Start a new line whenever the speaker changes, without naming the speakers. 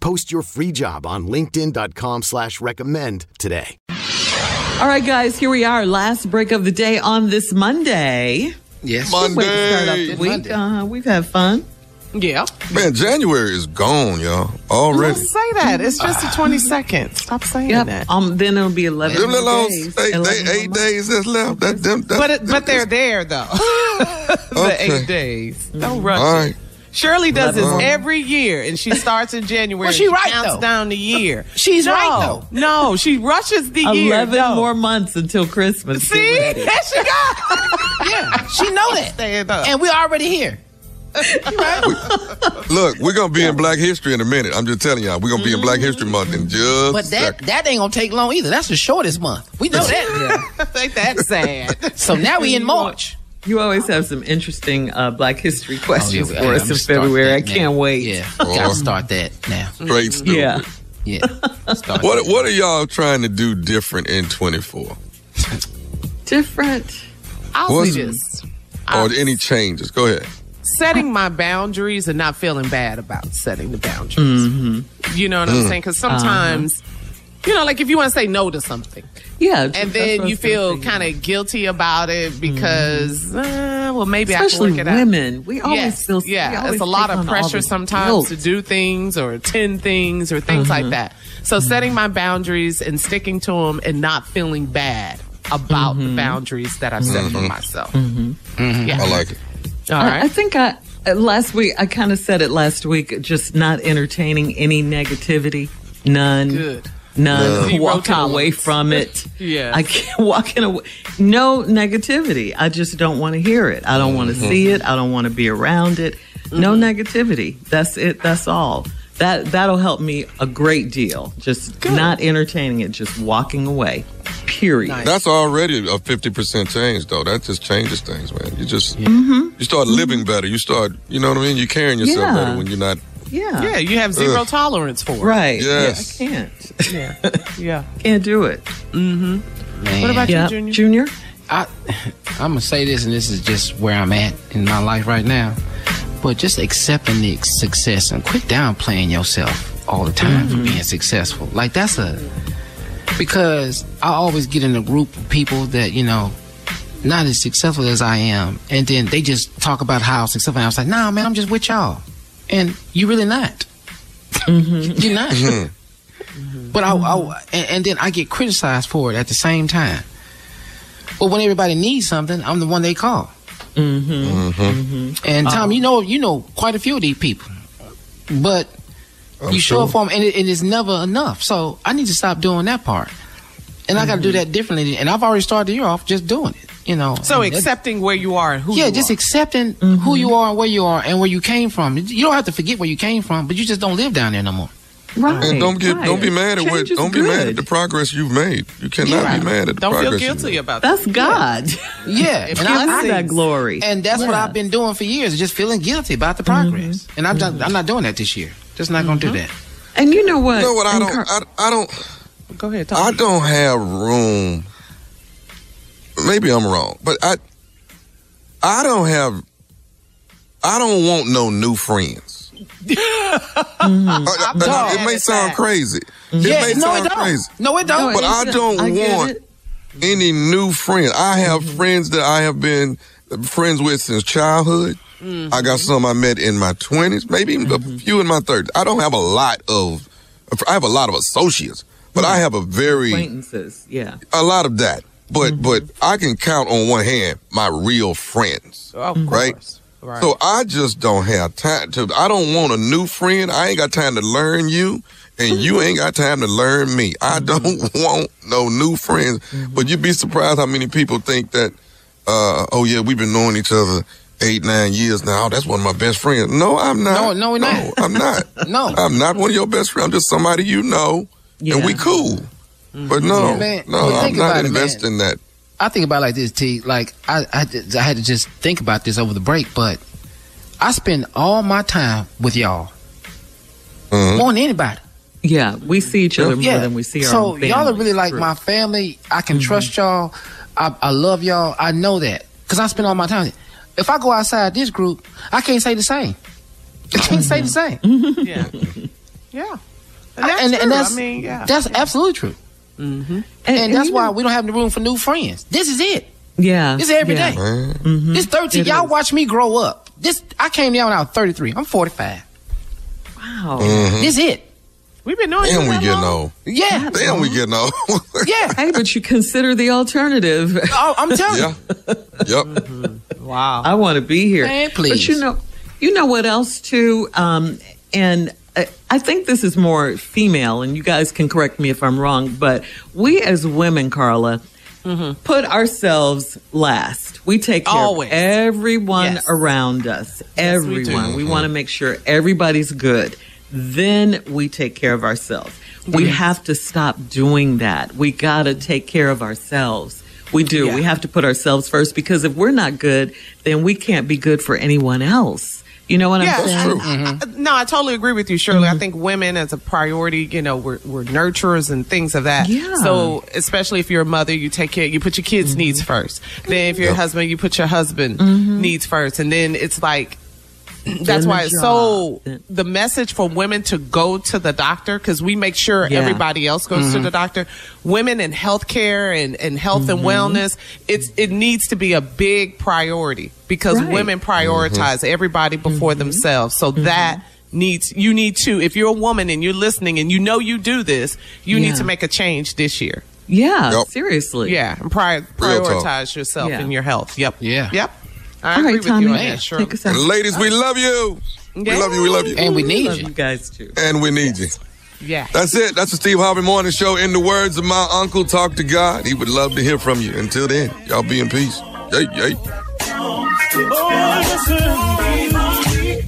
Post your free job on linkedin.com slash recommend today.
All right, guys, here we are. Last break of the day on this Monday.
Yes.
Good way to start off the week. Uh, we've had fun.
Yeah.
Man, January is gone, y'all.
Don't
Already.
say that. It's just the 22nd. Stop saying that.
Ah. Yep. Um, then it'll be 11
Them
more
little old
days.
eight, they,
11 more
eight
months.
days that's left. That, them, that,
But it, but they're there though. the
Okay.
eight days. Don't rush.
all
it.
right.
Shirley does this every year, and she starts in January.
Well, she
and
right,
counts
though.
down the year.
She's
no,
right, though.
No, she rushes the year.
11
no.
more months until Christmas. Get
See,
ready.
there she goes.
Yeah, she know that.
Stand up.
And we're already here.
Look, we're going to be in Black History in a minute. I'm just telling y'all. We're going to be in Black History Month in just
But
a
that
second.
that ain't gonna take long either. That's the shortest month. We know that.
Ain't that sad?
So now we in March.
You always have some interesting uh, Black History questions
Oh, yeah,
for
I'm
us in
gonna start
February.
that
I
now.
can't wait.
Yeah, gotta start that now.
Straight stupid.
Yeah.
Yeah. Start
What,
that.
what are y'all trying to do different in 24?
Different.
I'll
What's-
just
Or any changes? Go ahead.
setting my boundaries and not feeling bad about setting the boundaries.
Mm-hmm.
You know what
Mm.
I'm saying? Because sometimes,
Uh-huh.
you know, like if you want to say no to something,
Yeah.
and then you feel kind of guilty about it because uh, well maybe I
Mm-hmm. Especially
can work it out.
women. We always
Yes,
feel we
yeah,
always
it's a lot
take
of
on all
pressure
this
sometimes to
guilt. Mm-hmm.
do things or attend things or things like that. So setting my boundaries and sticking to them and not feeling bad about
Mm-hmm.
the boundaries that I've set
Mm-hmm.
for myself. Yeah.
I like it.
All
I- I
right.
think I uh, last week I kind of said it last week. Just not entertaining any negativity. None.
Good.
None.
Zero
Walking away
tolerance.
from it.
Yes.
I can't walking away. No negativity. I just don't want to hear it. I don't want to see it. I don't want to be around it. No
Mm-hmm.
negativity. That's it. That's all. That that'll help me a great deal. Just not entertaining it. Just walking away. Period.
That's already a 50% change, though. That just changes things, man. You just, you start living better. You start, you know what I mean? You're carrying yourself
Mm-hmm. Yeah.
better when you're not.
Yeah.
Yeah, you have zero tolerance for it.
Right.
Yes.
Yeah, I can't.
Yeah.
Can't do it.
Man.
What about
Yeah.
you, Junior?
Junior.
I, I'm gonna say this, and this is just where I'm at in my life right now. But just accepting the success and quit downplaying yourself all the time for being successful. Like that's a because I always get in a group of people that you know not as successful as I am, and then they just talk about how successful I am. I was like, Nah, man, I'm just with y'all, and you really not. You're not. Mm-hmm. But I, I and, and then I get criticized for it at the same time. Well, when everybody needs something, I'm the one they call. Mm-hmm. And Tom, you know, you know quite a few of these people, but you show up for them, and it, it is never enough. So I need to stop doing that part, and I got to do that differently. And I've already started the year off just doing it. You know,
So
And that-
accepting where you are and who
yeah,
you
just
are.
accepting who you are and where you are and where you came from. You don't have to forget where you came from, but you just don't live down there no more.
Right.
And don't get, don't be
right.
mad at what,
Change is
don't be mad at
good.
the progress you've made. You cannot be mad at the
Don't feel
progress. you've
guilty
made.
about that.
That's God.
Yeah,
It
and
gives
That's
I-
that glory.
And that's what
Yeah.
I've been doing for years, just feeling guilty about the progress. And I'm done, I'm not doing that this year. Just not gonna do that.
And you know what?
You know what? I
And
don't,
Car-
I, I don't,
Go ahead, talk.
I don't have room. Maybe I'm wrong, but I I don't have I don't want no new friends. Uh, uh,
done.
it may sound crazy. It
Yeah,
may
no,
sound
it don't.
crazy.
No, it don't.
But I don't
Oh, uh, I get
want
it.
any new friends. I have friends that I have been friends with since childhood. I got some I met in my 20s, maybe even a few in my 30s. I don't have a lot of, I have a lot of associates, But I have a very
acquaintances. Yeah.
a lot of that. But
Mm-hmm.
but I can count on one hand my real friends.
Of
Right.
course. Right.
So I just don't have time to. I don't want a new friend. I ain't got time to learn you, and you ain't got time to learn me.
Mm-hmm.
I don't want no new friends. But you'd be surprised how many people think that. Uh, oh yeah, we've been knowing each other eight nine years now. That's one of my best friends. No, I'm not.
No, no, we're not.
I'm not.
No.
I'm not one of your best friends. I'm just somebody you know, and we
Yeah.
cool. But no,
Yeah,
no,
man. Mm-hmm. Well,
I'm
think
not
about it, man.
investing that.
I think about it like this, T. Like I, I, ju- I had to just think about this over the break, but I spend all my time with y'all
Mhm.
more than anybody.
Yeah. We see each other more than we see our
so
own
y'all are
families.
really like
True. Mm-hmm.
my family. I can trust y'all. I, I love y'all. I know that because I spend all my time. If I go outside this group, I can't say the same. I
Mm-hmm.
can't say the same.
Yeah. yeah. And
I-
that's,
and,
true.
and that's
I mean, yeah.
that's absolutely true.
And,
And, that's
you
why
know-
we don't have the room for new friends. This is it.
Yeah.
This is every day.
yeah.
This 13,
It
y'all
is.
watch me grow up. This I came down when I was 33. I'm 45.
Wow.
Mm.
This it.
We've been knowing
Damn,
you
we
that
getting
long.
old.
Yeah.
Damn, we getting old.
Yeah.
Hey, but you consider the alternative.
Oh, I'm telling you.
yeah. Yep.
Wow.
I want to be here.
Man,
But
please.
you know, you know what else too? Um, and I, I think this is more female, and you guys can correct me if I'm wrong, but we as women, Carla, put ourselves last. We take care
Mm-hmm. Always.
of everyone
Yes.
around us.
we do. Mm-hmm.
everyone. we want to make sure everybody's good. Then we take care of ourselves. We have to stop doing that. We got to take care of ourselves. We do. We
Yeah.
have to put ourselves first because if we're not good, then we can't be good for anyone else. You know what
Yeah,
I'm saying?
true.
I- Uh, no, I totally agree with you, Shirley.
Mm-hmm.
I think women as a priority, you know, we're, we're nurturers and things of that.
Yeah. Mm-hmm.
So, especially if you're a mother, you take care, you put your kids' needs first. Then, if you're a husband, you put your husband needs first. And then it's like, that's
Mm-hmm. the
why it's so
job.
the message for women to go to the doctor because we make sure
Yeah. Mm-hmm.
everybody else goes to the doctor. Women in healthcare and, and health
Mm-hmm.
and wellness, it's it needs to be a big priority because
Right.
women prioritize
Mm-hmm.
everybody
Mm-hmm.
before themselves. So that needs you need to if you're a woman and you're listening and you know you do this, you need
Yeah.
to make a change this year.
Yeah,
Yep.
seriously.
Yeah, and prior,
Real talk.
prioritize yourself
Yeah.
and your health. Yep.
Yeah.
Yep. I
All
agree
right,
with you
Tommy.
on that, Shirley.
Take us out.
And ladies, we love you. We love you. We love you.
And we need
Love
you.
you guys too.
And we need you.
Yeah.
That's it. That's the Steve Harvey Morning Show. In the words of my uncle, talk to God. He would love to hear from you. Until then, y'all be in peace. Yay, yay.